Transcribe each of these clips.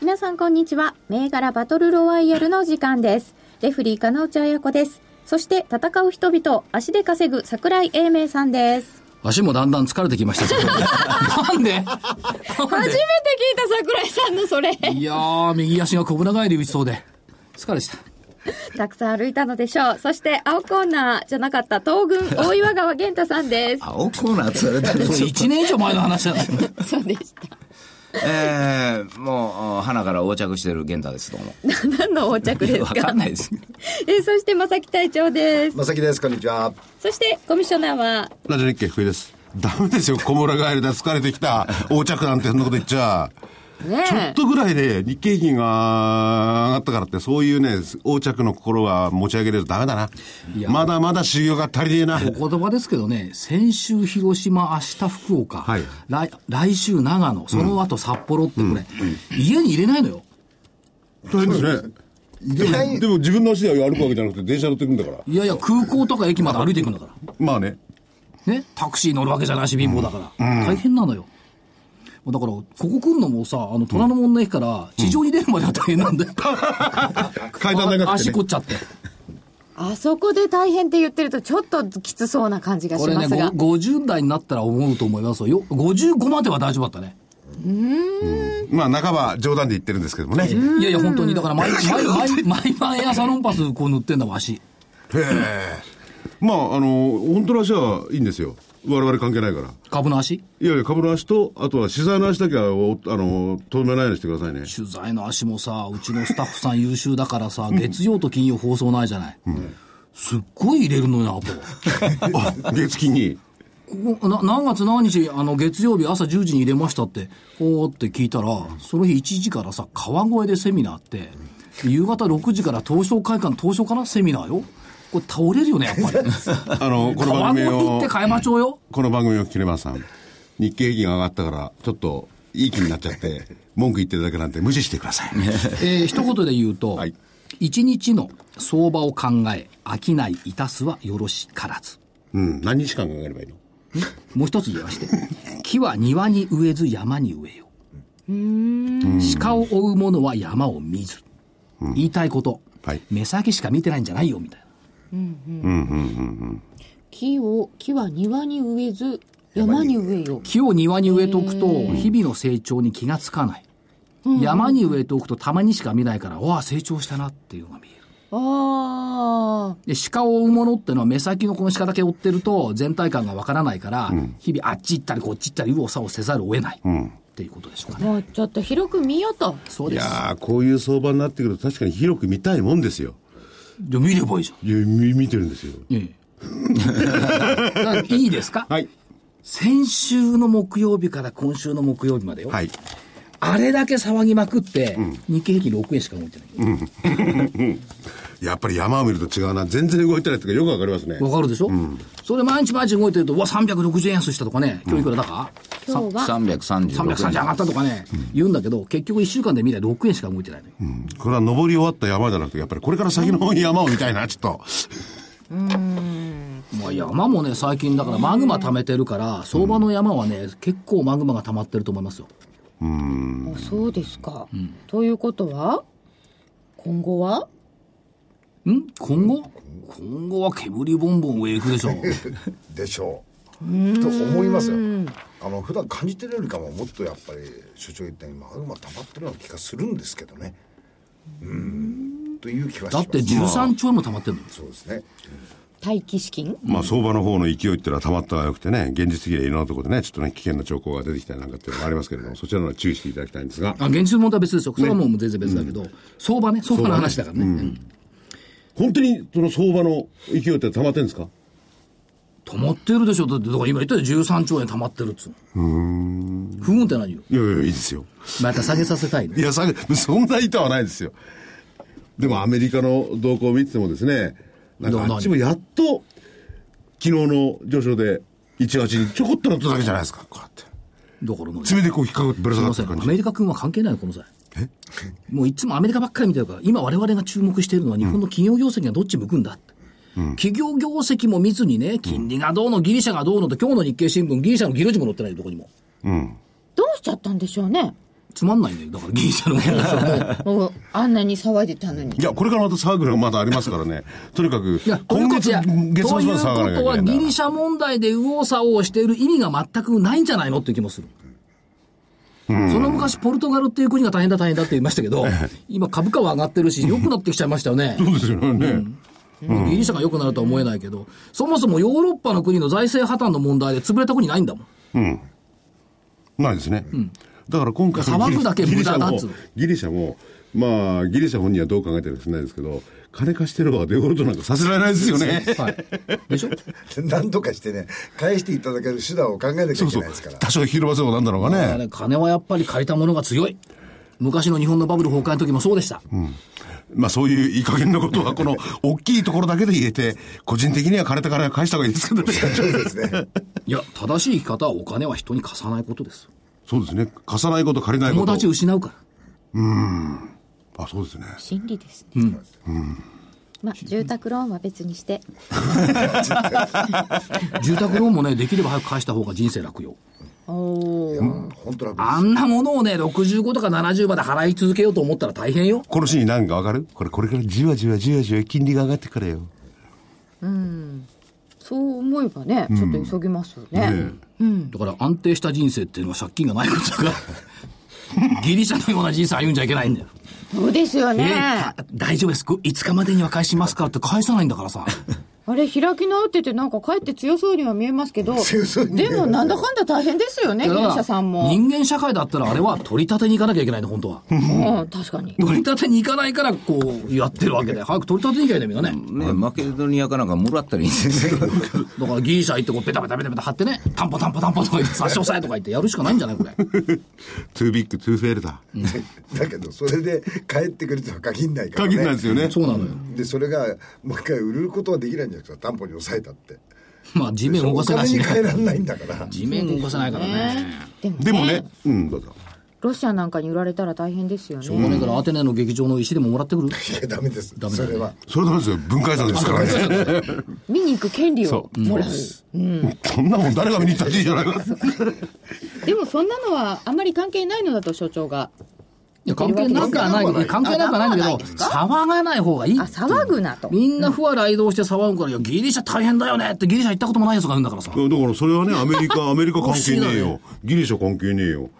皆さんこんにちは銘柄バトルロワイヤルの時間ですレフリー加納内彩子ですそして戦う人々足で稼ぐ桜井英明さんです足もだんだん疲れてきましたけどなんでなん初めてで聞いた桜井さんのそれ いやー右足が小倉返り打ちそうで疲れしたたくさん歩いたのでしょうそして青コーナーじゃなかった東軍大岩川源太さんです青コーナーって言われたらこれ1年以上前の話なんですよそうでした えー、もう、花から横着してる源太です、どうも。何の横着ですわかかんないです。えそして正木隊長ですまさきです、こんにちは。そしてコミッショナーはラジオ日経福井です。ダメですよ、小村ガエルだ、疲れてきた、横着なんてそんなこと言っちゃ。ねちょっとぐらいで日経平均が上がったからって、そういうね、横着の心が持ち上げれるとダメだな。まだまだ修行が足りねえな。お言葉ですけどね先週広島明日福岡、はい来来週長野その後札幌ってこれ、家に入れないのよ大変ですね。入れないでも自分の足で歩くわけじゃなくて、電車乗ってくんだから。いやいや空港とか駅まで歩いていくんだからまあね。ね、タクシー乗るわけじゃないし、貧乏だから。大変なのよ。だから、ここ来るのもさ、あの、虎ノ門の駅から、地上に出るまでは大変なんだよ。階段長くて、足ねこ。っちゃって。あそこで大変って言ってるとちょっときつそうな感じがこしれまね、すが、ご50代になったら思うと思いますよ。よ55までは大丈夫だったね。まあ半ば冗談で言ってるんですけどもね。いやいや、本当に。だから毎、毎、毎、毎晩朝ロンパスこう塗ってんだもん、足。まあ、あの、本当の足はいいんですよ。我々関係ないから。株の足。いやいや、株の足と、あとは資材の足だけは、おあの、止めないようにしてくださいね。取材の足もさ、うちのスタッフさん優秀だからさ、月曜と金曜放送ないじゃない。すっごい入れるのよ、アポ。あ月金に。ここな何月何日あの月曜日朝10時に入れましたってほーって聞いたらその日1時からさ川越でセミナーあって夕方6時から東証会館東証かなセミナーよこれ倒れるよねやっぱりあの、 この川番越組行をって、買いましょう よこの番組を聞きればさん、日経平均が上がったから、ちょっと、いい気になっちゃ って、文句言ってるだけなんて無視してください。えー一言で言うと、はい一日の相場を考え商いいたすはよろしからずうん、何日間かかればいいのもう一つ言わして木は庭に植えず山に植えよ鹿を追う者は山を見ず、言いたいこと、はい目先しか見てないんじゃないよみたいな木を木は庭に植えず山に植えよ木を庭に植えておくと日々の成長に気がつかない、山に植えておくとたまにしか見ないからわあ成長したなっていうのが見えるああで鹿を追うものってのは目先のこの鹿だけ追ってると全体感がわからないから、日々あっち行ったりこっち行ったり右往左往せざるを得ない、っていうことでしょうかねもうちょっと広く見よとそういですやー、こういう相場になってくると確かに広く見たいもんですよ。で見ればいいじゃんいや、み見てるんですよ。ええ だからいいですか、はい。先週の木曜日から今週の木曜日までよ、はい。あれだけ騒ぎまくって、日経平均6円しか動いてない。やっぱり山を見ると違うな。全然動いてないっていうかよくわかりますね。わかるでしょ、それ毎日毎日動いてると、うわ、360円安したとかね、今日いくらだか、今日は336 330円上がったとかね、言うんだけど、結局1週間で見たら6円しか動いてないのよ。これは登り終わった山じゃなくて、やっぱりこれから先の山を見たい な、ちょっと。まあ山もね、最近だからマグマ溜めてるから、相場の山はね、結構マグマが溜まってると思いますよ。あそうですか、ということは今後はん今後今後は煙ボンボン上行くでしょ。 でしょう。と思いますよ。あの、普段感じてるよりかも、もっとやっぱり、所長言ったように、マグマ溜まってるような気がするんですけどね。うん。という気はしだまっす。て13兆円も溜まってるのよ。そうですね。待機資金まあ相場の方の勢いってのはたまったはよくてね、現実的にはいろんなところでね、ちょっとね、危険な兆候が出てきたりなんかっていうのもありますけれども、そちらの方は注意していただきたいんですが、あ、現実の問題は別ですよ。それはもう全然別だけど、相場ね、相場の話だからね。うん本当にその相場の勢いってたまってんですか溜まってるでしょだってだから今言ったよ13兆円溜まってるっつうの不運って何よいやいや、いいですよ。また下げさせたいのいや、さそんな意図はないですよ。でもアメリカの動向を見ててもですね、なんかあっちもやっと、昨日の上昇で、18にちょこっと乗っただけじゃないですか、こうやって。だからもう爪でこう引っかかってぶらす下みまがってせる感ん、アじ。メリカ君は関係ないの、この際。もういつもアメリカばっかり見てるから、今、我々が注目しているのは、日本の企業業績がどっち向くんだって。企業業績も見ずにね、金利がどうの、ギリシャがどうのと、今日の日経新聞、ギリシャのギロジも載ってないよ、どこにも。どうしちゃったんでしょうね。つまんないんだよ、だからギリシャの話はもうもうあんなに騒いでたのにい。や、これからまた騒ぐのがまだありますからね。とにかくいや、、今と月、いう月こと末までは騒がなきゃいけないというんことだは、ギリシャ問題で右往左往している意味が全くないんじゃないのっていう気もする。その昔、ポルトガルっていう国が大変だ、大変だって言いましたけど、今、株価は上がってるし、良くなってきちゃいましたよね。そうですよね。ギリシャが良くなるとは思えないけど、そもそもヨーロッパの国の財政破綻の問題で潰れた国ないんだもん。ないですね。だから今回騒ぐだけ無駄だっつうギリシャも、ギリシャもまあ、ギリシャ本人はどう考えてるかしれないですけど、金貸してる側はデフォルトなんかさせられないですよね。はい。でしょ何とかしてね、返していただける手段を考えなきゃそいうけそうないですから。。多少広場せようなんだろうがあね。れ金はやっぱり借りたものが強い。昔の日本のバブル崩壊の時もそうでした。まあそういういい加減なことは、この大きいところだけで入れて、個人的には金と金は返した方がいいですけどね。そうですね。いや、正しい生き方はお金は人に貸さないことです。 そうですね。貸さないこと借りないこ友と。達失うから。あ、そうですね。心理ですね。まあ、住宅ローンは別にして住宅ローンもね、できれば早く返した方が人生楽よ。おー本当楽です。あんなものをね、65とか70まで払い続けようと思ったら大変よ。このシーンなんかわかるこれ、これからじわじわじわじわ金利が上がってからよ。 そう思えばね、ちょっと急ぎますよね。ねだから安定した人生っていうのは借金がないことだ から、ギリシャのような人生歩んじゃいけないんだよ。そうですよね。えー大丈夫です。5日までには返しますからって返さないんだからさ。あれ開き直っててなんかかえって強そうには見えますけど、強そうに見えでまもすなんだかんだ大変ですよね、 ギリシャさんも。人間社会だったらあれは取り立てに行かなきゃいけないの、本当は。うん、確かに。取り立てに行かないからこうやってるわけで、早く取り立てに行かないんだよね。ね、マケドニアかなんかもらったらいいんですけど。だからギリシャ行ってこうベタベタベタベタ貼ってね、タンポタンポタンポとか言って差し押さえとか言ってやるしかないんじゃないこれ。トゥービッグ、トゥーフェールだ。だけど、それで帰ってくるとは限んないから、ね。限らないですよね。そうなのよ。で、それが、もう一回売ることはできないんじゃなくて、担保に抑えたって。まあ地面動おかせないし金にね。変えられないんだから。地面動かせないからね。でもねでもね、うん、どうぞ。ロシアなんかに売られたら大変ですよね。これからアテネの劇場の石でももらってくるいや、ダメです。メだそねれは。それはダメですよ。文化遺産ですからね。見に行く権利をそうもらう。そんなもん誰が見に行ったっていいじゃないか。でもそんなのはあんまり関係ないのだと所長が。いや、関係なくはない、いや関係なくはないんだけど、騒がない方がいいあ、。騒ぐなと。みんな不和雷動して騒ぐから、いや、ギリシャ大変だよねってギリシャ行ったこともない奴がいるんだからさ。いやだからそれはね、アメリカ、アメリカ関係ね不え思議だよ。ギリシャ関係ねえよ。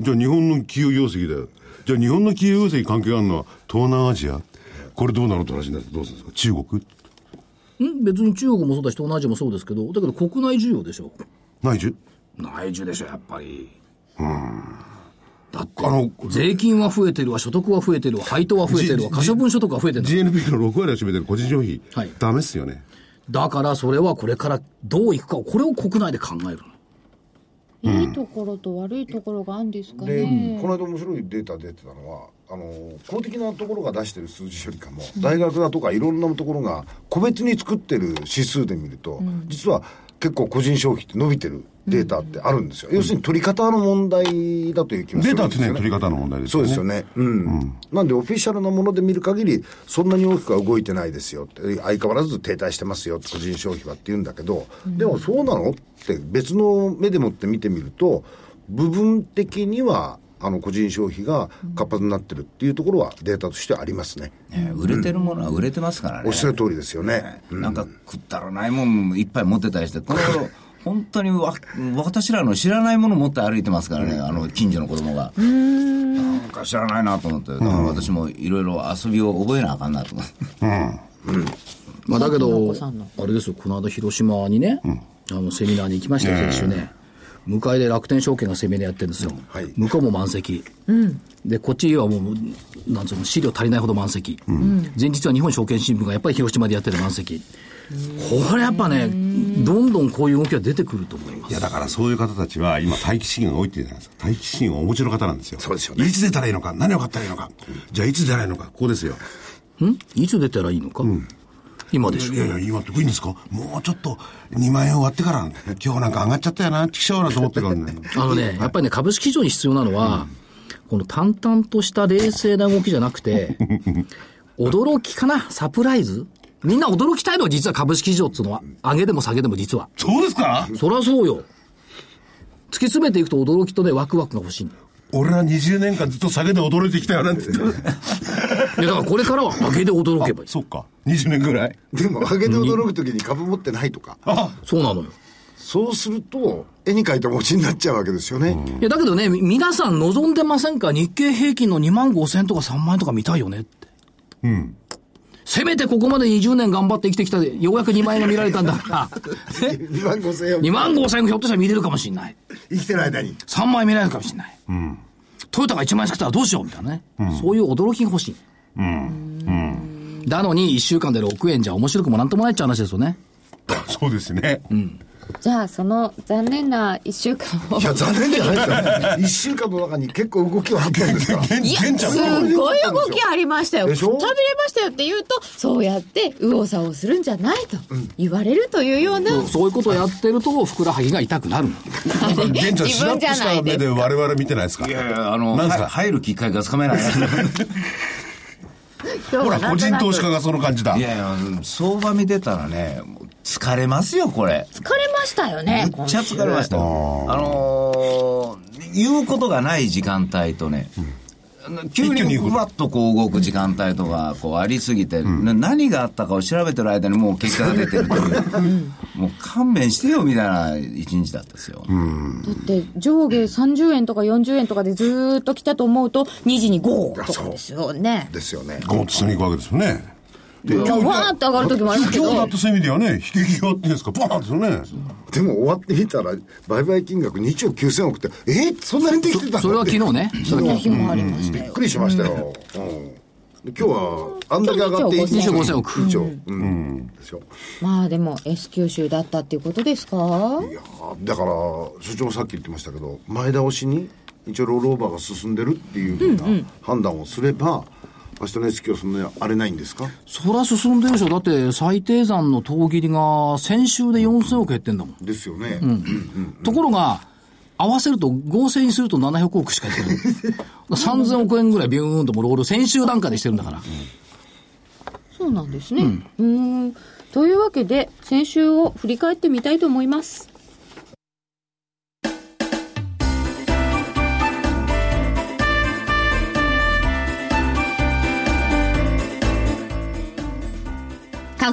じゃあ日本の企業業績だよ。じゃあ日本の企業業績関係あるのは東南アジア。これどうなるって話になってどうするんですか中国ん別に中国もそうだし、東南アジアもそうですけど、だけど国内需要でしょ。内需内需でしょ、やっぱり。だってあの、税金は増えてるわ、所得は増えてるわ、配当は増えてるわ、可処分所得は増えてるんだ ?GNP の6割を占めてる個人消費。はいダメっすよね。だからそれはこれからどういくかを、これを国内で考えるの。いいところと悪いところがあるんですかで、ね。この間面白いデータ出てたのは、あの、公的なところが出してる数字よりかも、大学だとかいろんなところが、個別に作ってる指数で見ると、実は結構個人消費って伸びてるデータってあるんですよ。要するに取り方の問題だという気がすデるんータっですてよね、ね。取り方の問題ですそうよね。ですよね、うんなんでオフィシャルなもので見る限りそんなに大きくは動いてないですよって相変わらず停滞してますよって個人消費はって言うんだけど、でもそうなのって別の目でもって見てみると部分的にはあの個人消費が活発になってるっていうところはデータとしてありますね、ね売れてるものは売れてますからね。おっしゃる通りですよね、うんなんかくったらないもんいっぱい持ってたりして、この頃、本当にわ私らの知らないもの持って歩いてますからね、あの近所の子供が。なんか知らないなと思って、だから私もいろいろ遊びを覚えなあかんなと思って。まあ、だけさっきのおど子さんの、あれですよ、この間広島にね、あのセミナーに行きましたよ、先週ね。向かいで楽天証券がセミナーやってるんですよ。はい向こうも満席。で、こっちはもう、なんつうの、資料足りないほど満席。前日は日本証券新聞がやっぱり広島でやってる満席。これやっぱね、どんどんこういう動きが出てくると思いまいやす。だからそういう方たちは今待機資源が多いって言うじゃないですか待機資源をお持ちの方なんですよそうですよねいつ出たらいいのか何を買ったらいいのかじゃあいつ出ないのかここですよんいつ出たらいいのか、今でしょいやいや、今っていいんですかもうちょっと2万円割ってから、今日なんか上がっちゃったよな、ちくしょうなと思ってからね。あのね、やっぱりね、株式市場に必要なのは、この淡々とした冷静な動きじゃなく て、驚きかなサプライズみんな驚きたいのは実は株式市場っていうのは、上げでも下げでも実は。 そうですかそりゃそうよ。突き詰めていくと驚きとね、ワクワクが欲しいの。俺ら20年間ずっと下げで驚いてきたよなんて言って。いや、だからこれからは上げで驚けばいい。 そっか。20年ぐらい。でも上げて驚く時に株持ってないとかそうなのよ。そうすると絵に描いた餅になっちゃうわけですよね、 いや、だけどね、み皆さん望んでませんか日経平均の2万5千とか3万円とか見たいよねって。せめてここまで20年頑張って生きてきたで、ようやく2万円が見られたんだから。ね2万5千円2万5千円ひょっとしたら見れるかもしれない。生きてる間に3万円見られるかもしれない。トヨタが1万円作ったらどうしようみたいなね。そういう驚きが欲しい。なのに、1週間で6円じゃ面白くもなんともないっちゃう話ですよね。そうですね。じゃあその残念な1週間をいや残念じゃないですか1 週間の中に結構動きはあったんですからいや、すごい動きありましたよ。でし食べょれましたよって言うと、そうやって右往左往するんじゃないと言われるというような、そういうことをやってると、ふくらはぎが痛くなるの。玄ちゃん、自しら分っじとゃしなたい目で。です我々見てないですかいやいや、あの、なんすかは入る機会がつかめない。 今日ほはら、な個んと人なく投資家がその感じだい。やいや、相場見てたらね、もう疲れますよ、これ。疲れましたよめねっ。ちゃ疲れましたよ。あのー、言うことがない時間帯とね、急にふわっとこう動く時間帯とかこうありすぎて、な何があったかを調べてる間にもう結果が出てるという、もう勘弁してよみたいな一日だったですよ。だって上下30円とか40円とかでずーっと来たと思うと、2時にゴーとかですよね。 ですよねゴーッと下に行くわけですよね。でわ今日ーって上がる時もありますけ今日だどっ。てそういう意味ではね、引き際っていうんですか、バーンですよね。でも終わってみたら売買金額2兆9000億ってえーそんなにできてたのそれはって昨日ね。そんな日もありましたびっよく。りしましたよ、うんで今日はあんだけ上がって今日2兆5000億2兆うん、でしょまあでも S 九州だったっていうことですかいやーだから所長さっき言ってましたけど前倒しに一応ロールオーバーが進んでるっていうふうな判断をすれば、明日の S q はそんなに荒れないんですかそりゃ進んでるでしょ。だって、最低算の当切りが先週で4000億減ってんだもん。ですよね、うんところが、合わせると、合成にすると700億しかいってない。3000億 円ぐらいビューンともロール、先週段階でしてるんだから。そうなんですね。うん、んというわけで、先週を振り返ってみたいと思います。花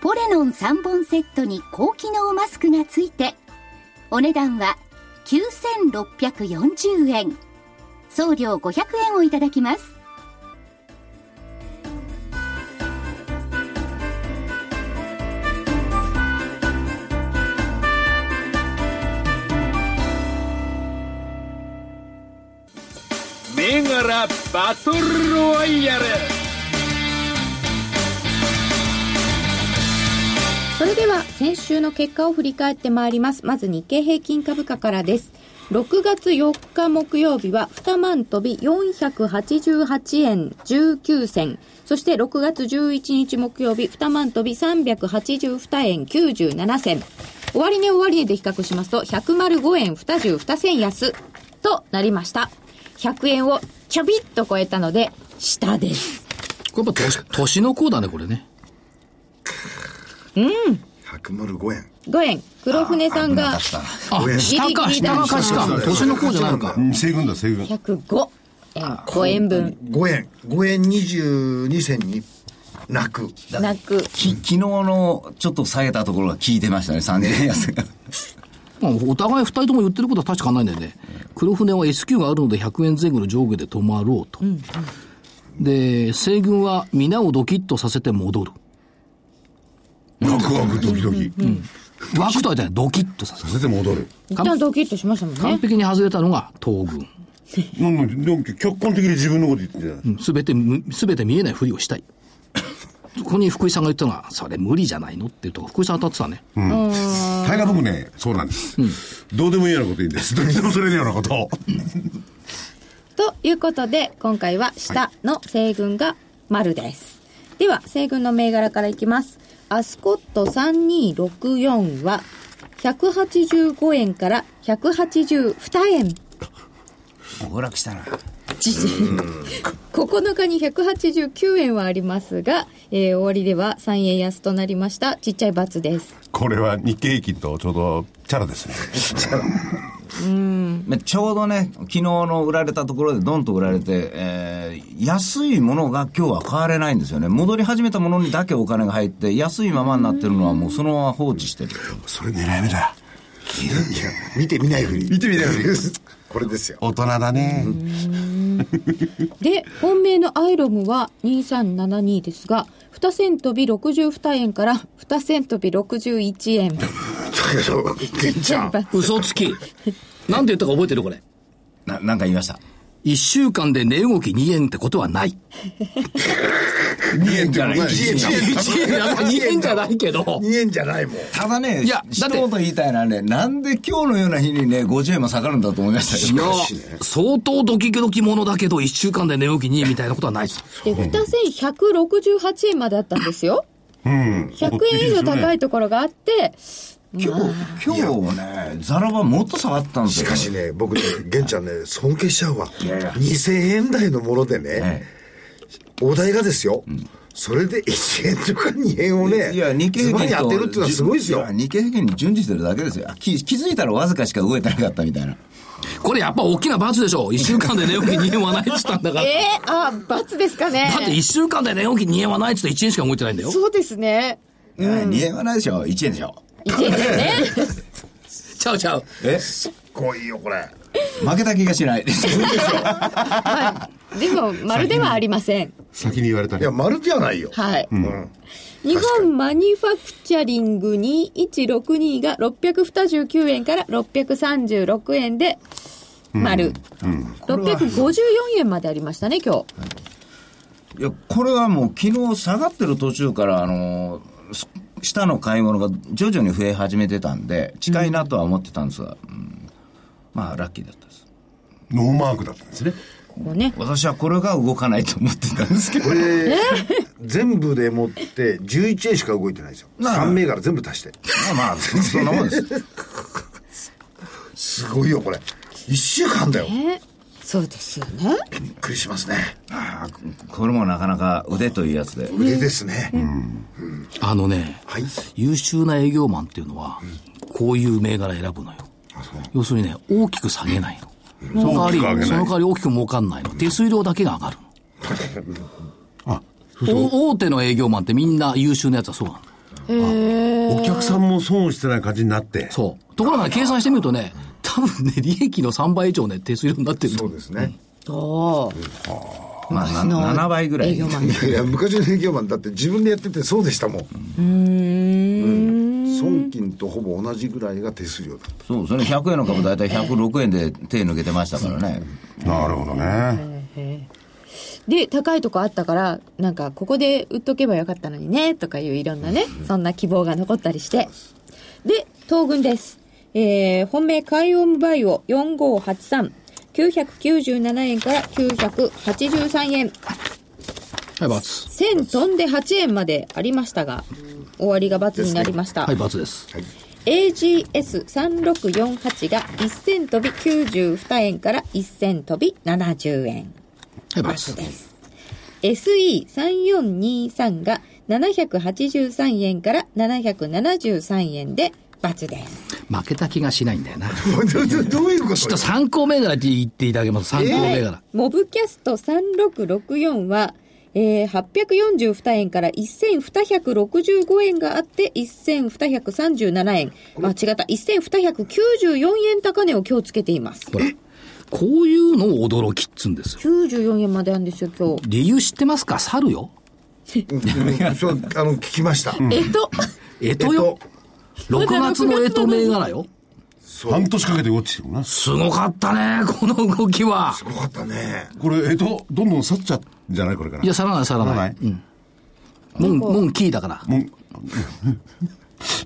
ポレノン3本セットに高機能マスクがついて、お値段は9640円。送料500円をいただきます。銘柄バトルロワイヤルそれでは先週の結果を振り返ってまいります。まず日経平均株価からです。6月4日木曜日は2万飛び488円19銭。そして6月11日木曜日2万飛び382円97銭。終値終値で比較しますと105円22銭安となりました。100円をちょびっと超えたので下です。これやっぱ年、年の子だね、これね。百丸5円。 5円黒船さんが出した。あ上、下か、ギリギリ下が勝ちか。年のうじゃないのか。うん西軍だ、西軍。 105円5円分5円。5円22銭に泣く。なくき昨日のちょっと下げたところが効いてましたね、30円安が。まあお互い2人とも言ってることは確かないんだよね。黒船は S q があるので100円前後の上下で止まろうと。で、西軍は皆をドキッとさせて戻る。ワクワクドキドキ。ワクとは言ってない。ドキッとさせる。させて戻る。一旦ドキッとしましたもん完ね璧に外れたのが東軍。なんで、でも客観的に自分のこと言ってんじゃない。すべてむ、すべて見えないふりをしたい。そこに福井さんが言ったのは、それ無理じゃないのっていうとこ、福井さん当たってたね。大概僕ね、そうなんです。どうでもいいようなこと言うんです。どうでもそれのようなことを。ということで今回は下の西軍が丸ですでは西軍の銘柄からいきますアスコット3264は185円から182円 暴落したな。 9日に189円はありますが、えー、終わりでは3円安となりましたちっちゃい×ですこれは日経平均とちょうどチャラですね。まあちょうどね、昨日の売られたところでドンと売られて、えー安いものが今日は買われないんですよね。戻り始めたものにだけお金が入って、安いままになってるのはもうそのまま放置してる。それ狙い目だ。いや、見てみないふり。見てみないふり。これですよ。 大人だね。で本命のアイロムは2372ですが2銭飛び62円から2銭飛び61円だけど、ケン ちゃん。嘘つき。なんて言ったか覚えてるこれ。な、なんか言いました。 1週間で値動き2円ってことはない。 2円じゃない。 1円なんか2円じゃないけど。 2円じゃないもん。ただね、いや一だって言言いたいのはね、なんで今日のような日にね、50円も下がるんだと思いましたいやよ。、相当ドキドキものだけど、1週間で値動き2円みたいなことはないです。で2銭168円まであったんです ようん。 100円以上高いところがあって今日、今日ね、ザラバもっと下がったんですしよ。かしね、僕ね、玄ちゃんね、尊敬しちゃうわ。2000円台のものでね、お題がですよ。それで1円とか2円をね、いや、日経ズ平バ均リと当てるっていうのはすごいですよや。日経平均に準じてるだけですよ。気気づいたらわずかしか動いてなかったみたいな。これやっぱ大きな罰でしょ。1週間で値動き2円はないって言ったんだから。えー、あ罰ですかねだって1週間で値動き2円はないって言ったら1円しか動いてないんだよ。そうですねいや2円はないでしょ。1円でしょ。 1円ですね ちゃうちゃう。えこいよ、これ。負けた気がし ない。でも丸ではありません先に言われたいねや、。丸じゃないよ。はい、うん。日本マニファクチャリング2162が629円から636円で丸、654円までありましたね今日いや、これはもう昨日下がってる途中から、あのーす下の買い物が徐々に増え始めてたんで、近いなとは思ってたんですが、うんまあ、ラッキーだったです。ノーマークだったんですね。ここね私はこれが動かないと思ってたんですけど こ。れ、全部でもって11円しか動いてないですよ。なあ3銘柄全部足して。まあまあ、そんなもんです。すごいよ、これ。1週間だよ。びそうですよねっくりしますね。ああこれもなかなか腕というやつで。腕ですね。あのね、はい。優秀な営業マンっていうのは、こういう銘柄選ぶのよ。要するにね、大きく下げないの。その代わり、その代わり大きく儲かんないの。手数料だけが上がる の。お大手の営業マンってみんな優秀なやつはそうなの。お客さんも損してない感じになって。そう。ところがね、計算してみるとね、多分ね、利益の3倍以上ね、手数料になってるとそ思うですね。おまあ、な7倍ぐらい。いや、昔の営業マンだって自分でやっててそうでしたもん。うん。損金とほぼ同じぐらいが手数料だった。そう、それ100円の株大体106円で手抜けてましたからね。なるほどね。で高いとこあったからなんかここで売っとけばよかったのにねとかいういろんなねそんな希望が残ったりしてで東軍ですえー、本命海運バイオ4583 997円から983円う。はい、罰。 1000飛んで8円までありましたが終わりが×になりました、はい、罰です。 AGS3648 が1000飛び92円から1000飛び70円はい、バツ罰で。す SE3423 が783円から773円で×です。負けた気がしないんだよな。ちどどどういうこょっとと参考銘柄って言っていただけます。参考銘柄。モブキャスト3664は、えー、842円から1265円があって、1237円。あ、違った。1294円高値を今日つけています。ほら。こういうのを驚きっつうんですよ。 94円までなんですよ、今日。理由知ってますか猿よ。うんそうあの聞きました、えっと、えとよ。6月のえと銘柄よ。半年かけて落ちてるな。すごかったね、この動きは。よかったねこれ、えっと、どんどん去っちゃうんじゃないこれから。いや、去らない、去ら去らなないい。うん。もん、もんキーだから。もう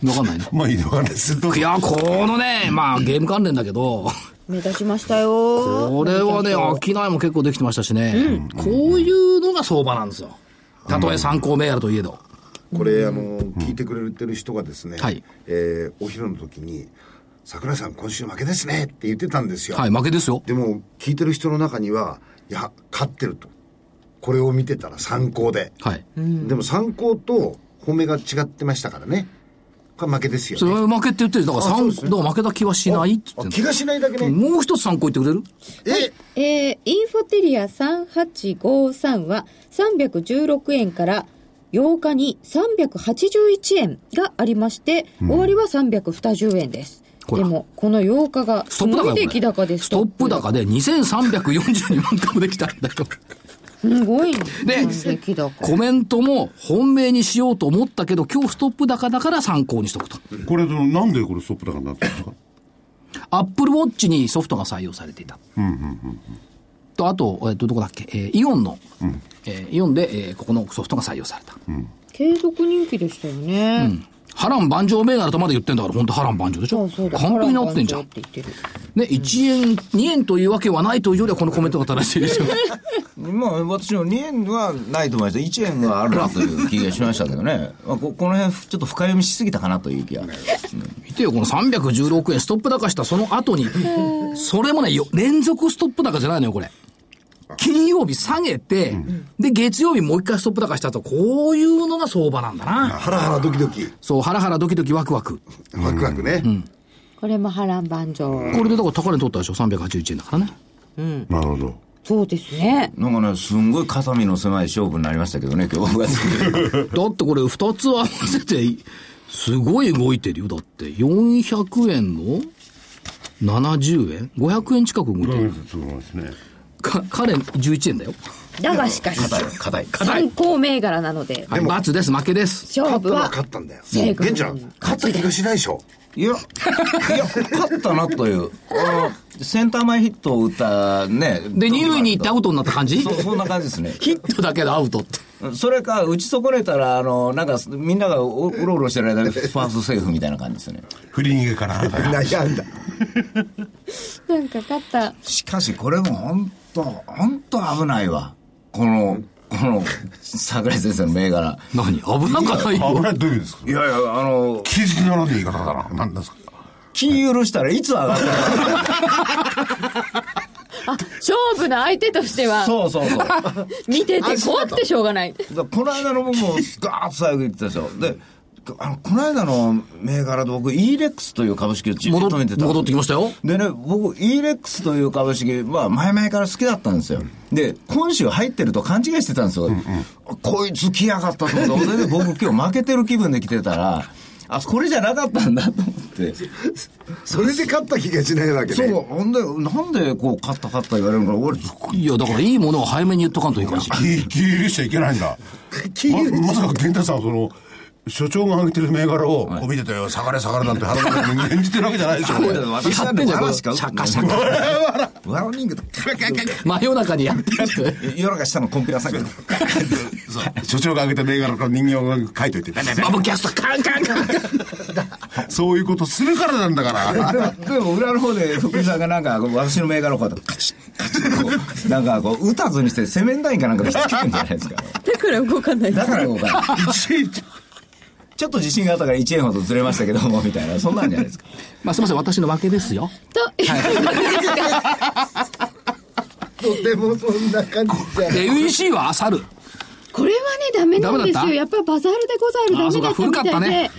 わかんないね。まあいいのかね。すっといや、このね、まあゲーム関連だけど、目立ちましたよ。これはね、商いも結構できてましたしね、こういうのが相場なんですよ。たとえ参考銘柄といえど。これあの聞いてくれてる人がですね、はいえーお昼の時に「桜井さん今週負けですね」って言ってたんですよ、はい、負けですよ。でも聞いてる人の中にはいや勝ってるとこれを見てたら参考で、はい。でも参考と褒めが違ってましたからねこれ負けですよそれねは負けって言ってる。だからあそう参、ですねだから負けた気はしないってあ言って気るがしないだけね、もう一つ参考言ってくれるええーインフォテリア3853は316円から8日に381円がありまして、終わりは320円です。ほでらも、この8日が、ストップ高すよごい出来高こでれ。す。ストップ。高で2342万株できたんだ よ。すごいね。で出来高。コメントも本命にしようと思ったけど、今日ストップ高だから参考にしとくと。これ、なんでこれストップ高になったんですかアップルウォッチにソフトが採用されていた。と、あと、えっと、どこだっけ、えーイオンの、えーイオンで、えーここのソフトが採用された。継続人気でしたよね。波乱万丈銘柄とまで言ってんだから、本当波乱万丈でしそょうそうだ。完璧に合ってんじゃん波。乱万丈って言ってるね、1円、2円というわけはないというよりは、このコメントが正しいで しょ。まあ、私も2円はないと思いました。1円はあるなという気がしましたけどね。 まあ、ここの辺、ちょっと深読みしすぎたかなという気が。見てよ、この316円、ストップ高したその後に、それもね、よ連続ストップ高じゃないのよ、これ。金曜日下げて、で、月曜日もう一回ストップ高したと、こういうのが相場なんだな。ハラハラドキドキそう、ハラハラドキドキワクワク。ワクワクね、これも波乱万丈。これでだから高値取ったでしょ、381円だからね。なるほど。そうですね。なんかね、すんごい肩身の狭い勝負になりましたけ どね、今日は。だってこれ2つ合わせて、すごい動いてるよ。だって、400円の70円 ?500 円近く動いてる。すごいですね。か、彼11円だよ。だがしかし、硬い、硬い。硬い参。考銘柄なので、はい、罰です、負けです。勝負は勝ったんだよ正解玄ちゃん勝った気がしないでしょいや、いや、勝ったなという。あのセンター前ヒットを打ったね。で、二塁に行ってアウトになった感じそう、そんな感じですね。ヒットだけでアウトって。それか、打ち損ねたら、あの、なんか、みんながおうろうろしてる間に、ファーストセーフみたいな感じですね。振り逃げかな。悩んだなんか勝った。しかし、これも本当本当危ないわ。この、この、桜井先生の銘柄。何危なかない危よ。ない、どういう意味ですかいやいや、あの、気付きならんで言い方だな。何なんですか気許したらいつ上がったか。勝負の相手として は、そうそうそう。 見てて怖くてしょうがない。だからこの間の僕もガーッと最後言ってたでしょ。で、あの、この間の銘柄で僕、イーレックスという株式をじっ戻と見ってた。戻ってきましたよ。でね、僕、イーレックスという株式は前々から好きだったんですよ。で、今週入ってると勘違いしてたんですよ。こいつ来やがったと思って、それで僕今日負けてる気分で来てたら、あ、これじゃなかったんだと思って。それで勝った気がしないわけそう、ねほんで、なんでこう、勝った勝った言われるのか、俺、いや、だからいいものは早めに言っとかんといかんし。気、気入れしちゃいけないんだ。ままさか源太さんはその、所長が挙げてる銘柄を、こう見てたよ、下がれ下がれなんて腹の中で演じてるわけじゃないでしょ。私やってんじゃんわらしかシャカシャカ。わら人形とカラカラカラ真夜中にやってるって。夜中下のコンピューター 作業。そう所長が挙げた銘柄から人形が書いといて、バブキャストカンカンカンカンそういうことするからなんだから。でも裏の方で福井さんがなんか私の銘柄をこうやってカチッカチッこうなんかこう打たずにしてセメンダインかなんかで引っつけるんじゃないですかだから動かない。だからこうかちょっと自信があったから1円ほどずれましたけどもみたいなそんなんじゃないですかまあすみません、私の負けですよ。と、とてもそんな感じじゃないで、UEC は猿。 これはね、ダメなんですダメだよ。ったやっぱりバザールでござるあダそメうかだったみたいで、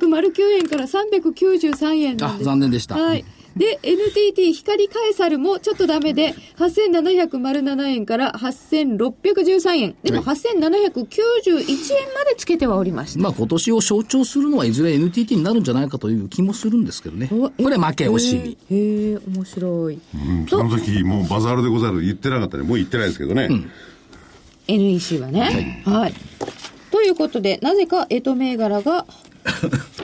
409円から393円なんあです。残念でした、はい。で、NTT 光カエサルもちょっとダメで、8707円から8613円。でも8791円までつけてはおりました。まあ今年を象徴するのはいずれ NTT になるんじゃないかという気もするんですけどね。これ負け惜しみ。へえ、へー面白い。うんその時もうバザールでござる言ってなかったねもう言ってないですけどね、 NEC はね。はい。ということで、なぜか、えと銘柄 が、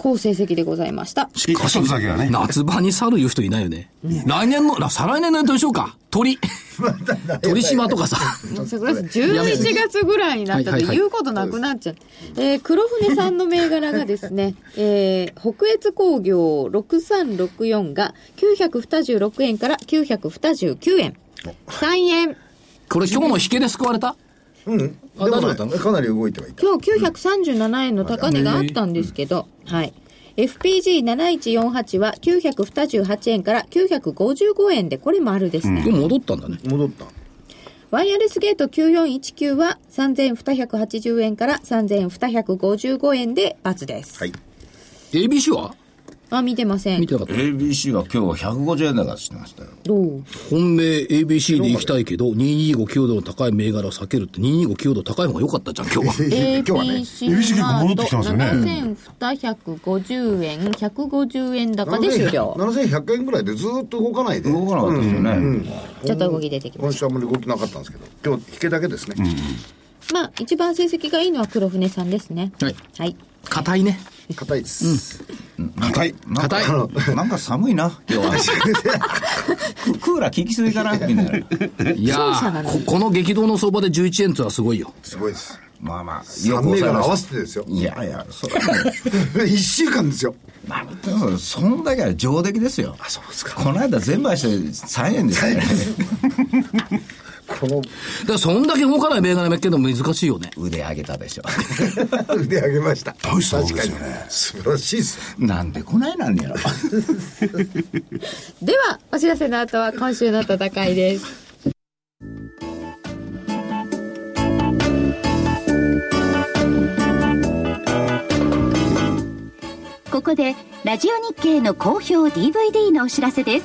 好成績でございました。一つだけはね夏場に猿言う人いないよね。来年の、な再来年のやつでしょうか。鳥。鳥島とかさ。桜井さん11月ぐらいになったっはいてはいはい言うことなくなっちゃう。えー黒船さんの銘柄がですね、えー北越工業6364が926円から929円。3円。これ今日の引けで救われたうん。でもねかなり動いてはいた。今日937円の高値があったんですけど、はい。FPG7148 は928円から955円で、これもあるですね。でも戻ったんだね。戻った。ワイヤレスゲート9419は3280円から3255円で×です。はい。 ABC はあ、見てません見て。なかった。 ABC は今日は150円だから知ってましたよ。どう本命 ABC で行きたいけど、2259度の高い銘柄を避けるって、2259度高い方が良かったじゃん、今日は。今日はね。 ABC 指宿戻ってきたんですよね7250円、150円高で終了。 7100円ぐらいでずーっと動かないで。動かなかったですよね。ちょっと動き出てきま今し週あんまり動きなかったんですけど、今日引けだけですね。た。まあ、一番成績がいいのは黒船さんですね。はい。はい。硬いね。硬いです。硬いなんか硬い なんか寒いな、今 日は。ククーラー効きすぎかな、みたいな。いや勝者なーのこ、この激動の相場で11円ってのはすごいよ。すごいです。まあまあ、 3銘抑え柄ま合したわせてですよ。いやいや、それはもう、 1週間ですよ。まあ言ってもそんだけは上出来ですよ。あ、そうですか。この間全部して3円ですからね。このだからそんだけ動かない銘柄めっけども難しいよね。 腕上げたでしょ。 腕上げました。大したもん確かですによね。素晴らしいです。なんでこないなんやろ。では、お知らせの後は今週の戦いです。ここでラジオ日経の好評 DVD のお知らせです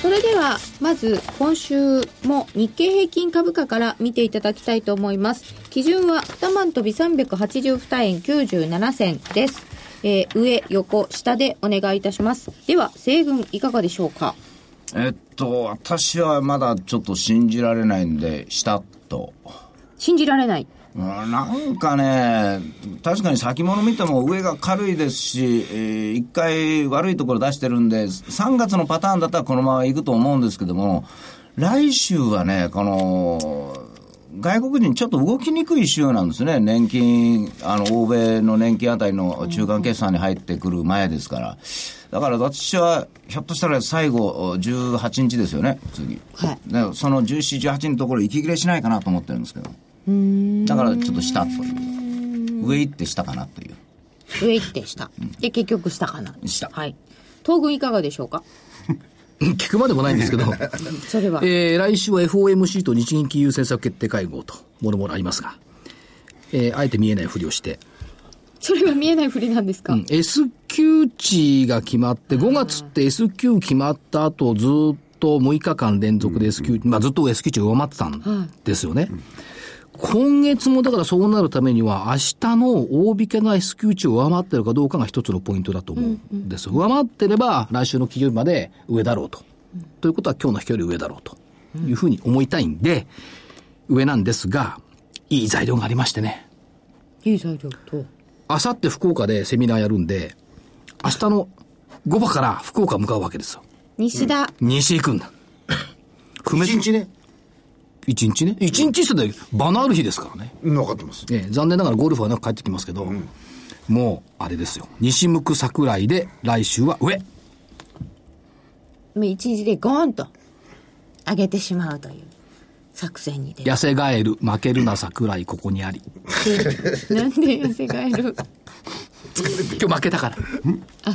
それでは、まず今週も日経平均株価から見ていただきたいと思います。基準は2万飛び382円97銭です。えー上、横、下でお願いいたします。では、西軍いかがでしょうかえっと、私はまだちょっと信じられないんで、したと。信じられない。うんなんかね、確かに先物見ても上が軽いですし、えー一回悪いところ出してるんで、3月のパターンだったらこのまま行くと思うんですけども、来週はね、この、外国人ちょっと動きにくい週なんですね。年金、あの、欧米の年金あたりの中間決算に入ってくる前ですから。だから私は、ひょっとしたら最後、18日ですよね、次。はいでその17、18のところ、息切れしないかなと思ってるんですけど。だからちょっと下という。上行って下かなという。上行って下。で、結局下かな。下はい。東軍いかがでしょうか聞くまでもないんですけど。それは。 えー来週は FOMC と日銀金融政策決定会合と、もろもろありますが、えーあえて見えないふりをして、それは見えないふりなんですか、うん S q 値が決まって、5月って S q 決まった後、ずっと6日間連続で S q まあずっと S q 値が上回ってたんですよね。今月もだからそうなるためには、明日の大引けが S q 値を上回ってるかどうかが一つのポイントだと思うんです。上回ってれば、来週の金曜日まで上だろうと。ということは今日の引けより上だろうというふうに思いたいんで、上なんですが、いい材料がありましてね。いい材料と。あさって福岡でセミナーやるんで、明日の午後から福岡向かうわけですよ。西田、西行くん だ。不滅一日ね。一日ね。一日してたら場のある日ですからね。うん分かってます。ええ、残念ながらゴルフはなく帰ってきますけど、もう、あれですよ。西向く桜井で来週は上。もう一日でゴーンと上げてしまうという作戦に出る。痩せガエル、負けるな桜井ここにあり。なんで痩せがえる今日負けたから。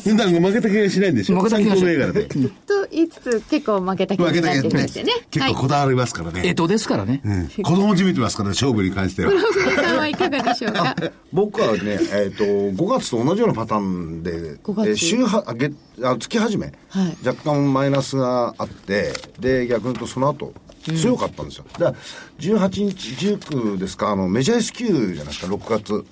変な負けた気がしないんでしょ負けた気がしない参考銘柄でと言いつつ結構負けた気負にけたなっ気てきがまししててねね。結構こだわりますからえねとですからね。うん子供じみてますからね勝負に関してははい。さんはいかがでしょうか僕はね、えっ、と、5月と同じようなパターンで、え5月ー週は、あ月あ月始め、はい若干マイナスがあって、で、逆に言うとその後、強かったんですよ。だから、18日、19ですか、あの、メジャー S q じゃないですか、6月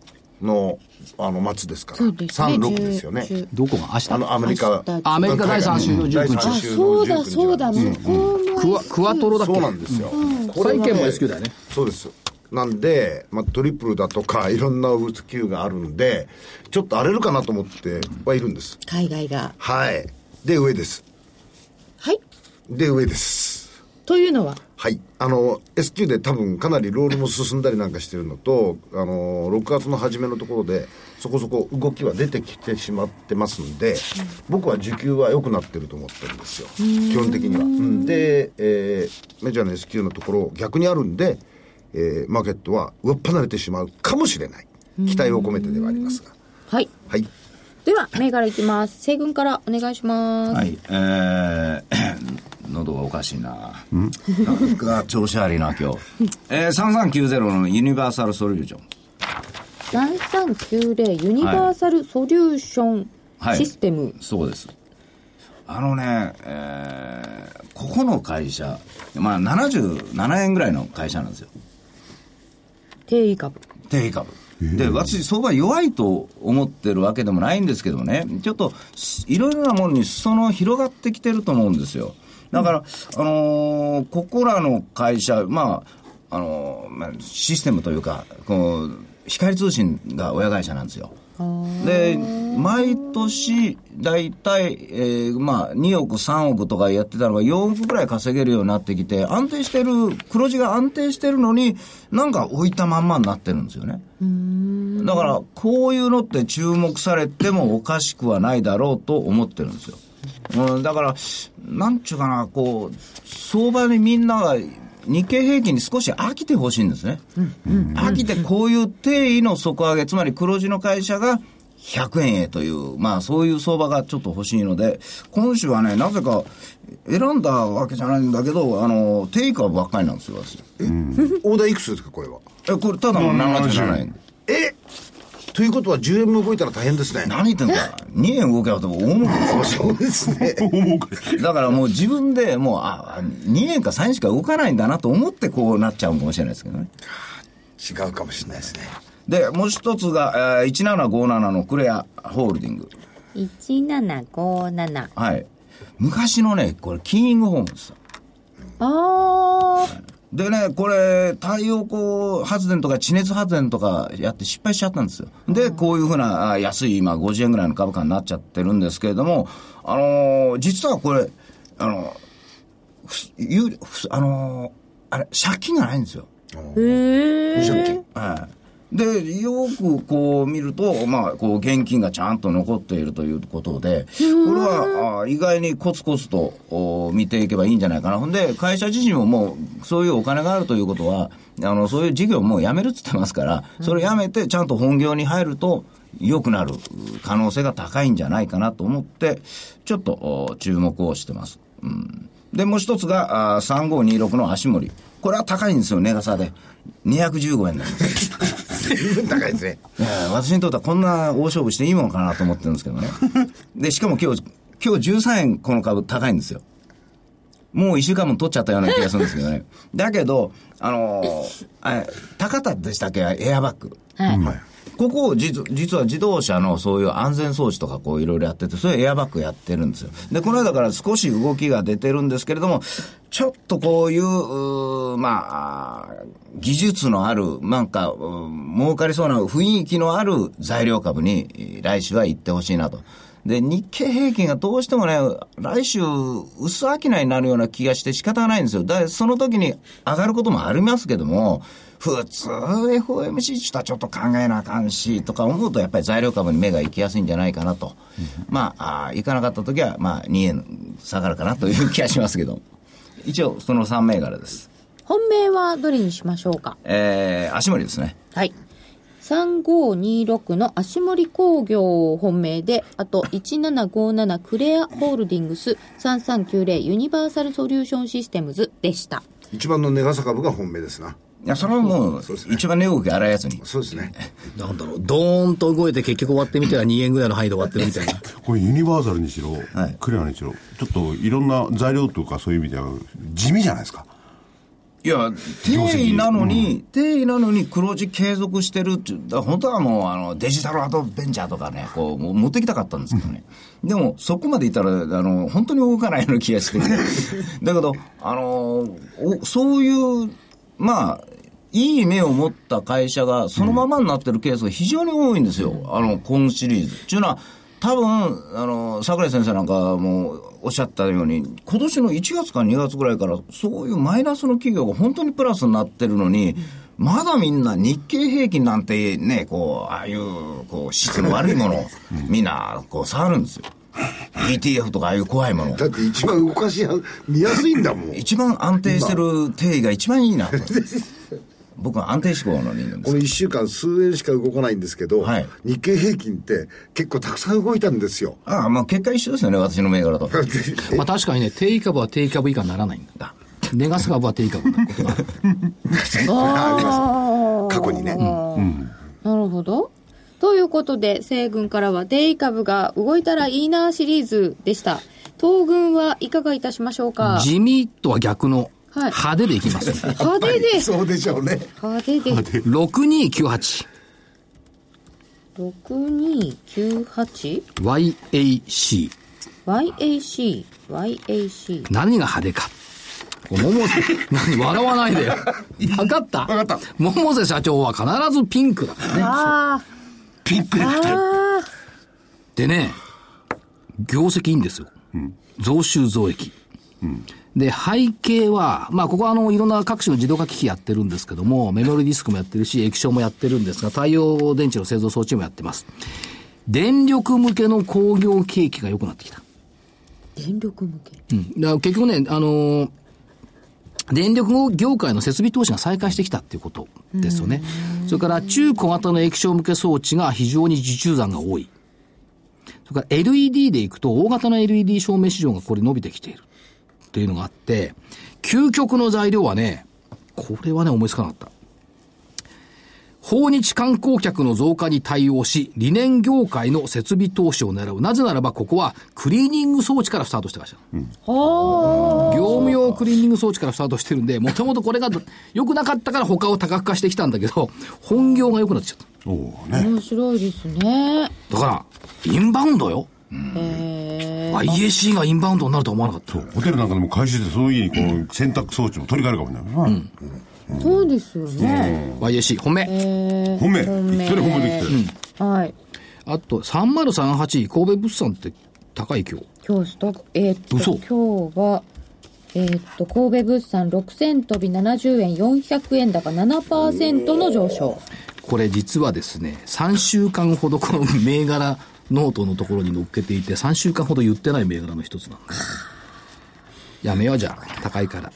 の、あの、末ですから。そうですね3、6ですよね。 10どこが明日あの、アメリカ。明日アメリカ第3週の第19三日。あ、週のそうだ19日そうだ、向こうも。クワ、クワトロだっけそうなんですよ。こ債れが券も S q だよね。そうです。なんで、まあ、トリプルだとか、い ろんな S q があるんで、ちょっと荒れるかなと思ってはいるんです。海外が。はい。で、上です。はい。で、上です。というのは、はい。あの、S q で多分かなりロールも進んだりなんかしてるのと、あの、6月の初めのところで、そこそこ動きは出てきてしまってますんで、僕は需給は良くなってると思ってるんですよ。基本的には。うんで、えーメジャーの S q のところ逆にあるんで、えーマーケットは上っ離れてしまうかもしれない。期待を込めてではありますが。はい。はい。では、銘柄いきます。西軍からお願いします。はい、えー、 喉がおかしいな。なんか調子悪い な、今日。えー、3390のユニバーサルソリューション。 3390ユニバーサルソリューションはいシステム。そうです。あのね、えー、ここの会社、まあ77円ぐらいの会社なんですよ。定位株。定位株。で、私、相場弱いと思ってるわけでもないんですけどね、ちょっと、しいろいろなものに裾野広がってきてると思うんですよ。だから、あのーここらの会社、まあ、あのーまあ、システムというか、こう、光通信が親会社なんですよ。で、毎年、大体、えー、まあ、2億、3億とかやってたのが4億ぐらい稼げるようになってきて、安定してる、黒字が安定してるのに、なんか置いたまんまになってるんですよね。だから、こういうのって注目されてもおかしくはないだろうと思ってるんですよ。うん、だから、なんちゅうかな、こう、相場にみんなが、日経平均に少し飽きてほしいんですね。飽きてこういう定位の底上げ、つまり黒字の会社が100円へという、まあそういう相場がちょっと欲しいので、今週はね、なぜか選んだわけじゃないんだけど、あの、定位株ばっかりなんですよ、私。オーダーいくつですか、これは。え、これただの77円。えということは10円も動いたら大変ですね。何言ってんだ ?2 円動けばと大儲けですよ。そうですね。だからもう自分でもう、あ、あ2円か3円しか動かないんだなと思ってこうなっちゃうかもしれないですけどね。違うかもしれない ですね。で、もう一つが、えー1757のクレアホールディング。 1757。はい。昔のね、これ、キーイングホームですよ。あー。でね、これ、太陽光発電とか地熱発電とかやって失敗しちゃったんですよ。で、こういうふうなあ安い今50円ぐらいの株価になっちゃってるんですけれども、あのー実はこれ、あのふすゆふすあのーあれ、借金がないんですよ。へー。はい。で、よくこう見ると、まあ、こう現金がちゃんと残っているということで、これはあ意外にコツコツとお見ていけばいいんじゃないかな。ほんで、会社自身ももう、そういうお金があるということは、あの、そういう事業をもうやめるって言ってますから、それをやめてちゃんと本業に入ると、良くなる可能性が高いんじゃないかなと思って、ちょっとお注目をしてます。うんで、もう一つが、あー3526の足盛り。これは高いんですよ、値傘で。215円なんです。十分高いですね。えー私にとってはこんな大勝負していいものかなと思ってるんですけどね。で、しかも今日、今日13円この株高いんですよ。もう1週間も取っちゃったような気がするんですけどね。だけど、あのーあ高田でしたっけ、エアバッグ。ここを実実は自動車のそういう安全装置とかこういろいろやってて、それエアバッグやってるんですよ。で、この間から少し動きが出てるんですけれども、ちょっとこういう、うーまあ、技術のある、なんか、うん儲かりそうな雰囲気のある材料株にえー来週は行ってほしいなと。で、日経平均がどうしてもね、来週、薄商いになるような気がして仕方がないんですよ。だその時に上がることもありますけども、普通 FOMC ちょっとはちょっと考えなあかんし、とか思うとやっぱり材料株に目が行きやすいんじゃないかなと。まあ、あー行かなかった時は、まあ、2円下がるかなという気がしますけど。一応、その3銘柄です。本命はどれにしましょうかえー、足盛りですね。はい。3526の足盛工業を本命で、あと1757クレアホールディングス3390ユニバーサルソリューションシステムズでした。一番の値傘株が本命ですないや、それはもう、一番値動き荒いやつに。そうですねなんだろう、ドーンと動いて結局終わってみたら2円ぐらいの範囲で終わってるみ たいな。これユニバーサルにしろ、はいクレアにしろ、ちょっといろんな材料とかそういう意味では地味じゃないですか。いや、定位なのに、定位なのに黒字継続してるっていう、だから本当はもうあのデジタルアドベンチャーとかね、こうもう持ってきたかったんですけどね。でも、そこまでいったら、あの、本当に動かないような気がして てだけど、あの、おそういう、まあ、いい目を持った会社がそのままになってるケースが非常に多いんですよ。あの、今シリーズ。っていうのは、多分、あの、桜井先生なんかもおっしゃったように、今年の1月か2月ぐらいから、そういうマイナスの企業が本当にプラスになってるのに、まだみんな日経平均なんてね、こう、ああいう、こう、質の悪いものを、みんな、こう、触るんですよ。ETF とかああいう怖いもの。だって一番動かしや見やすいんだもん一番安定してる定位が一番いい なと。僕は安定志向の人間ですこの。1週間数円しか動かないんですけど、はい日経平均って結構たくさん動いたんですよああ、まあ結果一緒ですよね、私の銘柄と。 まあ確かにね、定位株は定位株以下にならないん だ。値傘株は定位株だ。過去にね、なるほど。ということで、西軍からはデイ株が動いたらいいなシリーズでした。東軍はいかがいたしましょうか地味とは逆のはい派手でいきます。 派手で、そうでしょうね派手で、 6298。 6298? YAC。 YAC、YAC。何が派手か。桃瀬、何、笑わ ないでよ。分かった。分かった。桃瀬社長は必ずピンクだからね。あピンクであ、あでね、業績いいんですよ。増収増益。で、背景は、まあ、ここはあの、いろんな各種の自動化機器やってるんですけども、メモリディスクもやってるし、液晶もやってるんですが、太陽電池の製造装置もやってます。電力向けの工業景気が良くなってきた。ー電力向け。うん、だから結局ね、あのー電力業界の設備投資が再開してきたっていうことですよね。それから中小型の液晶向け装置が非常に受注残が多い。それから LED でいくと大型の LED 照明市場がこれ伸びてきているっていうのがあって、究極の材料はね、これはね思いつかなかった。訪日観光客の増加に対応し、理念業界の設備投資を狙う。なぜならば、ここはクリーニング装置からスタートしてました。業務用クリーニング装置からスタートしてるんで、もともとこれが良くなかったから他を多角化してきたんだけど、本業が良くなっちゃっおおね。面白いですね。た。だから、インバウンドよ。IAC がインバウンドになるとは思わなかった。ホテルなんかでも回収でそういうふうにこう洗濯装置も取り替えるかもしれない。そうですよね。 YAC、本命。褒めそれ褒めてきてる。はい。あと、3038、神戸物産って高い今日。今日ストック、えーっと、嘘今日は、えーっと、神戸物産6000飛び70円、400円高7%の上昇。これ実はですね、3週間ほどこの銘柄ノートのところに載っけていて、3週間ほど言ってない銘柄の一つなんです。やめようじゃあ、高いから。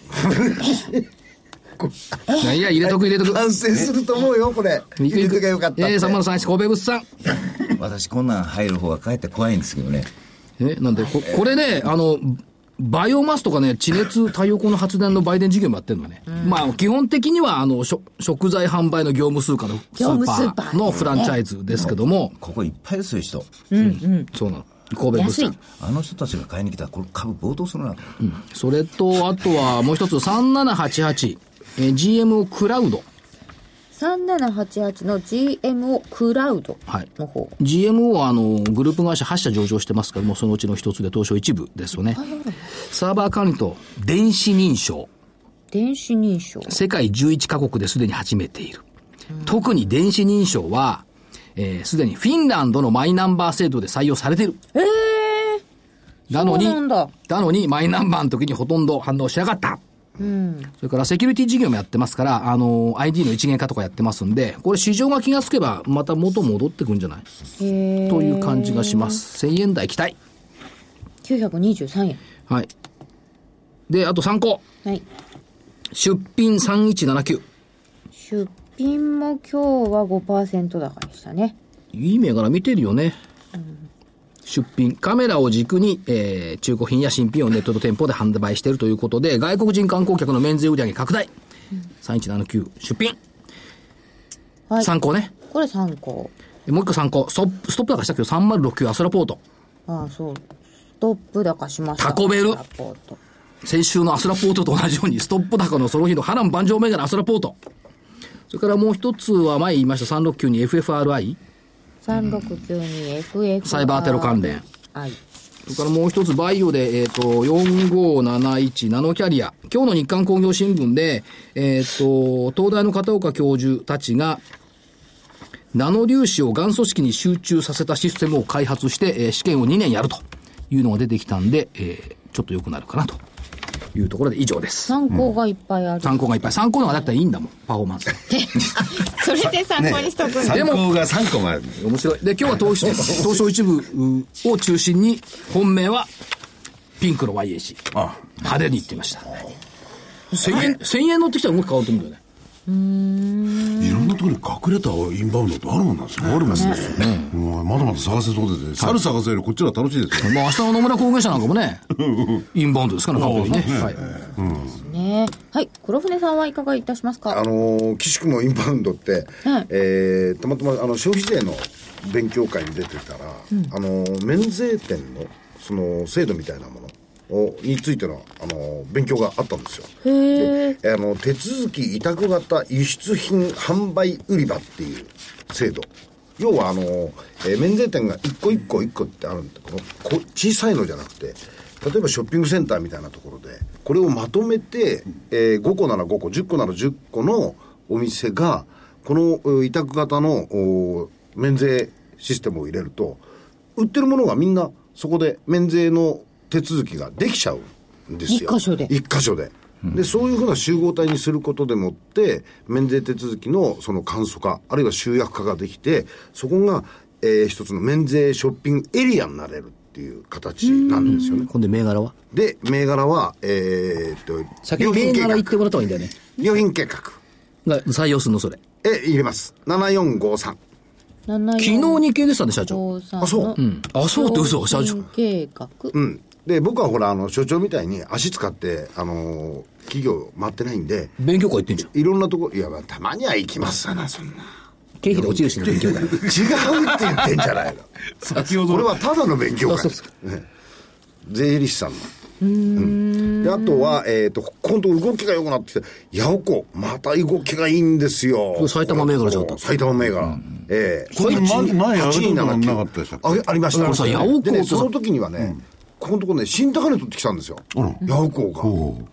いやいや、入れとく入れとく。反省すると思うよこれ入れときゃよかったっえてー、3038、神戸物産。私こんなん入る方がかえって怖いんですけどね。え、なんで、ここれね、あの、バイオマスとかね、地熱、太陽光の発電の売電事業もやってるのね。まあ、基本的には、あの、しょ食材販売の業務通貨のス業務スーーパパーーのフランチャイズですけども、ここいっぱいですよ、人。そうなの。神戸物産。あの人たちが買いに来たら、これ株暴騰するな。それと、あとはもう一つ、3788、えー GMO クラウド。 3788の GMO クラウドはいの方、 GMO はあのグループ会社8社上場してますけども、そのうちの一つで東証一部ですよね。サーバー管理と電子認証。電子認証世界11カ国ですでに始めている。特に電子認証は、えーすでにフィンランドのマイナンバー制度で採用されている。ええなのに、そうなんだのに、マイナンバーの時にほとんど反応しなかった。それからセキュリティ事業もやってますから、あの、ID の一元化とかやってますんで、これ市場が気がつけば、また元戻ってくんじゃないへえという感じがします。1000円台期待。 923円はい。で、あと3個。はい出品3179。出品も今日は5%高でしたねいい銘柄見てるよね。出品。カメラを軸に、えー中古品や新品をネットと店舗で販売しているということで、外国人観光客の免税売上拡大。3179出品。はい参考ね。これ参考もう一個参考。ストップ、ストップ高したけど3069アスラポート。ああそうストップ高しましたタコベルサポート先週のアスラポートと同じように、ストップ高のその日の波乱万丈銘柄アスラポート。それからもう一つは前言いました369に FFRI。 3692 FF サイバーテロ関連はいそれからもう一つ、バイオで、えっ、と、4571ナノキャリア。今日の日刊工業新聞で、えっ、と、東大の片岡教授たちが、ナノ粒子をがん組織に集中させたシステムを開発して、えー試験を2年やるというのが出てきたんで、えーちょっと良くなるかなというところで以上です。参考がいっぱいある、参考がいっぱい。参考のがだったらいいんだもん、パフォーマンス。それで参考にしとくんだ、で参も考が3個もある。面白い。で、今日は東証東証一部うを中心に、本命は、ピンクの YAC。派手に言ってました。1000円、1000円乗ってきたら動き変わると思うんだよね。いろんなところに隠れたインバウンドってあるもんなんですね。ありますね。うんまだまだ探せそうでて、猿探せよりこっちの方が楽しいですよ。まあ明日の野村工芸者なんかもね、インバウンドですからね、完璧にね。はいねはい黒船さんはいかがいたしますかあのー岸君もインバウンドって、はいえーたまたまあの消費税の勉強会に出てたら、あのー免税店のその制度みたいなものをについての、あのー勉強があったんですよ。であの手続き委託型輸出品販売売り場っていう制度。要はあのー、えー免税店が一個一個一個ってあるんだけどこ小さいのじゃなくて例えばショッピングセンターみたいなところでこれをまとめて、え5個なら5個10個なら10個のお店がこのう委託型のお免税システムを入れると売ってるものがみんなそこで免税の手続きができちゃうんです一よ箇所で一箇所で。で、そういうふうな集合体にすることでもって、免税手続きのその簡素化、あるいは集約化ができて、そこが、えー一つの免税ショッピングエリアになれるっていう形なんですよね。今度銘柄はで、銘柄は、えーっと、先に銘柄言ってもらった方がいいんだよね。料品計画。が採用するの、それ。え、入れます。昨7453。昨日日経でしたね、社長。あそううんあそうって嘘社長計画。うん。で、僕はほら、あの、所長みたいに足使って、あのー企業回ってないんで、勉強会行ってんじゃん。いろんなとこ、いや、まあたまには行きますわな、そんな。経費で落ちるしね、勉強会。違うって言ってんじ ゃないの先ほこれど、はただの勉強あそ会うそね税理士さんのうんであとは、えっと今度動きが良くなってきて八百子また動きがいいんですよれ埼玉銘柄じゃなかった埼玉銘柄、ええこれ前前やることな8かったでしたっけあありましたこれさ八百幸でねとその時にはね、ここのとこね新高値取ってきたんですよあら八百子こ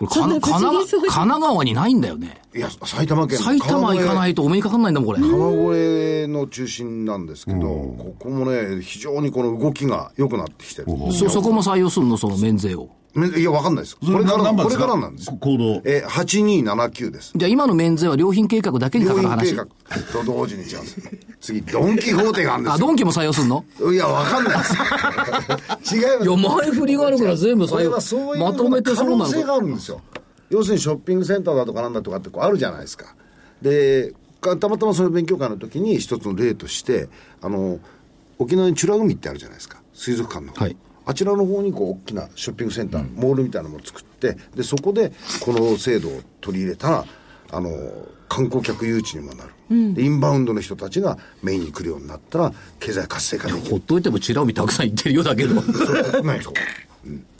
これ、か神奈川神奈川にないんだよね。がいや埼玉県の埼玉行かないとお目にかかんないんだもん、これ。川越の中心なんですけど、ここもね非常にこの動きが良くなってきてるそ、そこも採用するの、その免税を。めいや、わかんないです。これれから、何番こでれすかからなんですよ。行動えー、8279です。じゃあ今の免税は良品計画だけにかか病る院計話。画と同時に違うんです。次、ドンキホーテがあるんであ、すドンキも採用するのよ。いや、わかんない です。違います。いや前振りがあるから全部採用これはそういうまとめてそ可うなの能性があるんですよ。要するにショッピングセンターだとかなんだとかってこうあるじゃないですか。で、かたまたまその勉強会の時に一つの例として、あの、沖縄に美ら海ってあるじゃないですか。水族館の。はいあちらの方にこう大きなショッピングセンター、モールみたいなのも作ってでそこでこの制度を取り入れたらあの観光客誘致にもなる、でインバウンドの人たちがメインに来るようになったら経済活性化できほっといてもチラ見たくさん行ってるようだけどるないそう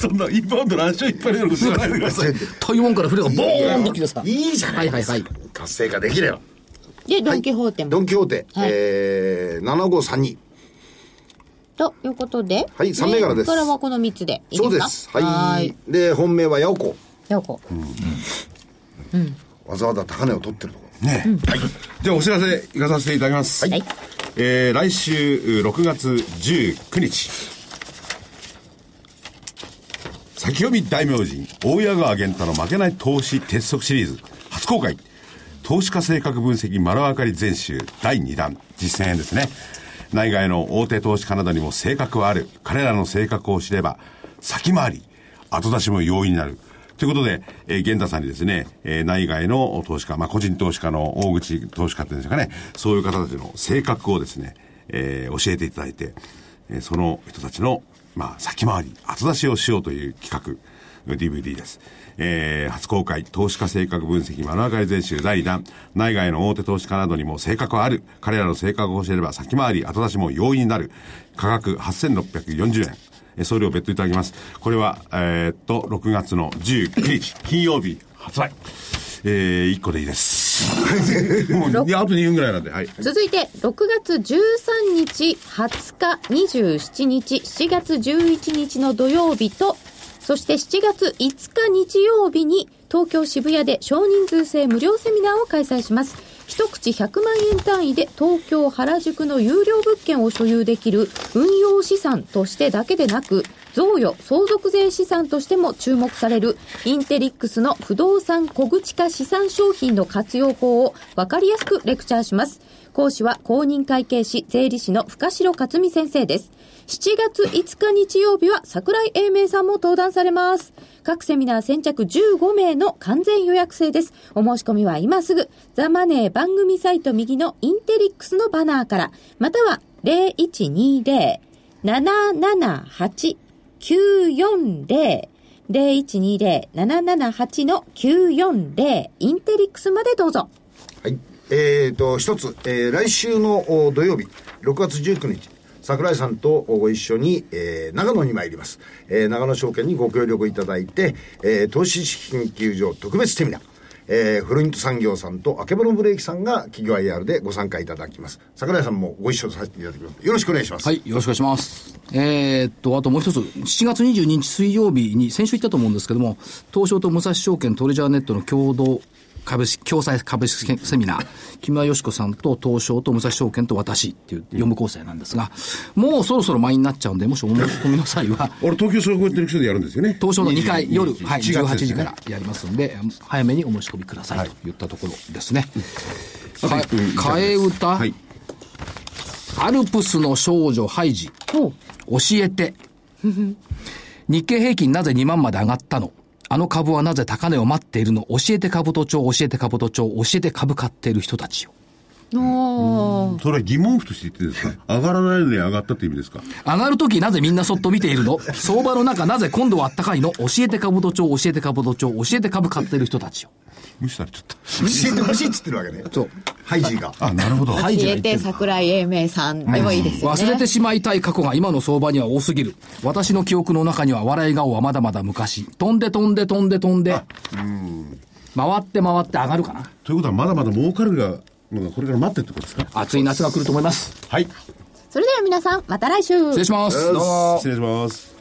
そんなインバウンドの話をいっぱい出るの知らないでください。台湾から船がボーンと来てさいいじゃないですか、はいはいは活性化できればで、ドン・キホーテドも。ン・キホーテ、えー、7532ということで、はい三銘柄ですこからはこの3つでいいそうですでかすはいで本命はヤオコーい。よこう。わざわざ高値を取ってるとこね、はい。じゃあお知らせいかさせていただきます。はいえー来週6月19日。先読み大名人、大谷川源太の負けない投資鉄則シリーズ、初公開。投資家性格分析丸分かり全集第2弾、実践編ですね。内外の大手投資家などにも性格はある。彼らの性格を知れば、先回り、後出しも容易になる。ということで、えー、源太さんにですね、えー内外の投資家、まあ、個人投資家の大口投資家っていうんですかね、そういう方たちの性格をですね、えー教えていただいて、えーその人たちの、まあ、先回り、後出しをしようという企画、DVD です。えー初公開、投資家性格分析丸分かり全集第2弾、内外の大手投資家などにも性格はある。彼らの性格を教えれば先回り、後出しも容易になる。価格8640円。えー送料別途いただきます。これは、えーっと、6月の19日、金曜日発売。えー、1個でいいです。もう、いや、あと2分ぐらいなんで、はい。続いて、6月13日、20日、27日、7月11日の土曜日と、そして7月5日日曜日に、東京渋谷で少人数制無料セミナーを開催します。一口100万円単位で東京原宿の有料物件を所有できる運用資産としてだけでなく、贈与相続税資産としても注目されるインテリックスの不動産小口化資産商品の活用法を分かりやすくレクチャーします講師は公認会計士税理士の深城克美先生です7月5日日曜日は桜井英明さんも登壇されます各セミナー先着15名の完全予約制ですお申し込みは今すぐザ・マネー番組サイト右のインテリックスのバナーからまたは0120 0120-778-940の940インテリックスまでどうぞ。はい。えー、と、一つ、えー来週のお土曜日、6月19日、桜井さんとご一緒に、えー長野に参ります。えー長野証券にご協力いただいて、えー投資資金研究所特別セミナー。えーフロイント産業さんとあけぼのブレーキさんが企業 IR でご参加いただきます。桜井さんもご一緒させていただきます。よろしくお願いします。はい、よろしくお願いします。えーっと、あともう一つ、7月22日水曜日に、先週言ったと思うんですけども、東証と武蔵証券トレジャーネットの共同株式、共済株式セミナー、木村よし子さんと東証と武蔵証券と私っていう4部構成なんですが、もうそろそろ満員になっちゃうんで、もしお申し込みの際は、俺、東京商工テレビ所でやるんですよね。東証の2回、 20夜、 20はい、 1月18です時かねらやりますので、早めにお申し込みくださいと言ったところですね。かあと1分以上替え歌、はい。アルプスの少女ハイジ。教えて。日経平均なぜ2万まで上がったのあの株はなぜ高値を待っているの教えて株と帳、教えて株と帳、教えて株買っている人たちよ。おそれは疑問符として言ってるんですか上がらないのに上がったって意味ですか上がるときなぜみんなそっと見ているの相場の中なぜ今度はあったかいの教えて株と帳、教えて株と帳、教えて株買っている人たちよ。無視されちゃった。教えてほしいっつってるわけね。そう。ハイジーが。あ、なるほど。教えて桜井英明さんでもいいですよね。忘れてしまいたい過去が今の相場には多すぎる。私の記憶の中には笑い顔はまだまだ昔。飛んで飛んで飛んで飛んで。回って回って上がるかな。ということは、まだまだ儲かるが、のがこれから待ってるってことですか暑い夏が来ると思います。はい。それでは皆さん、また来週失礼します。失礼します。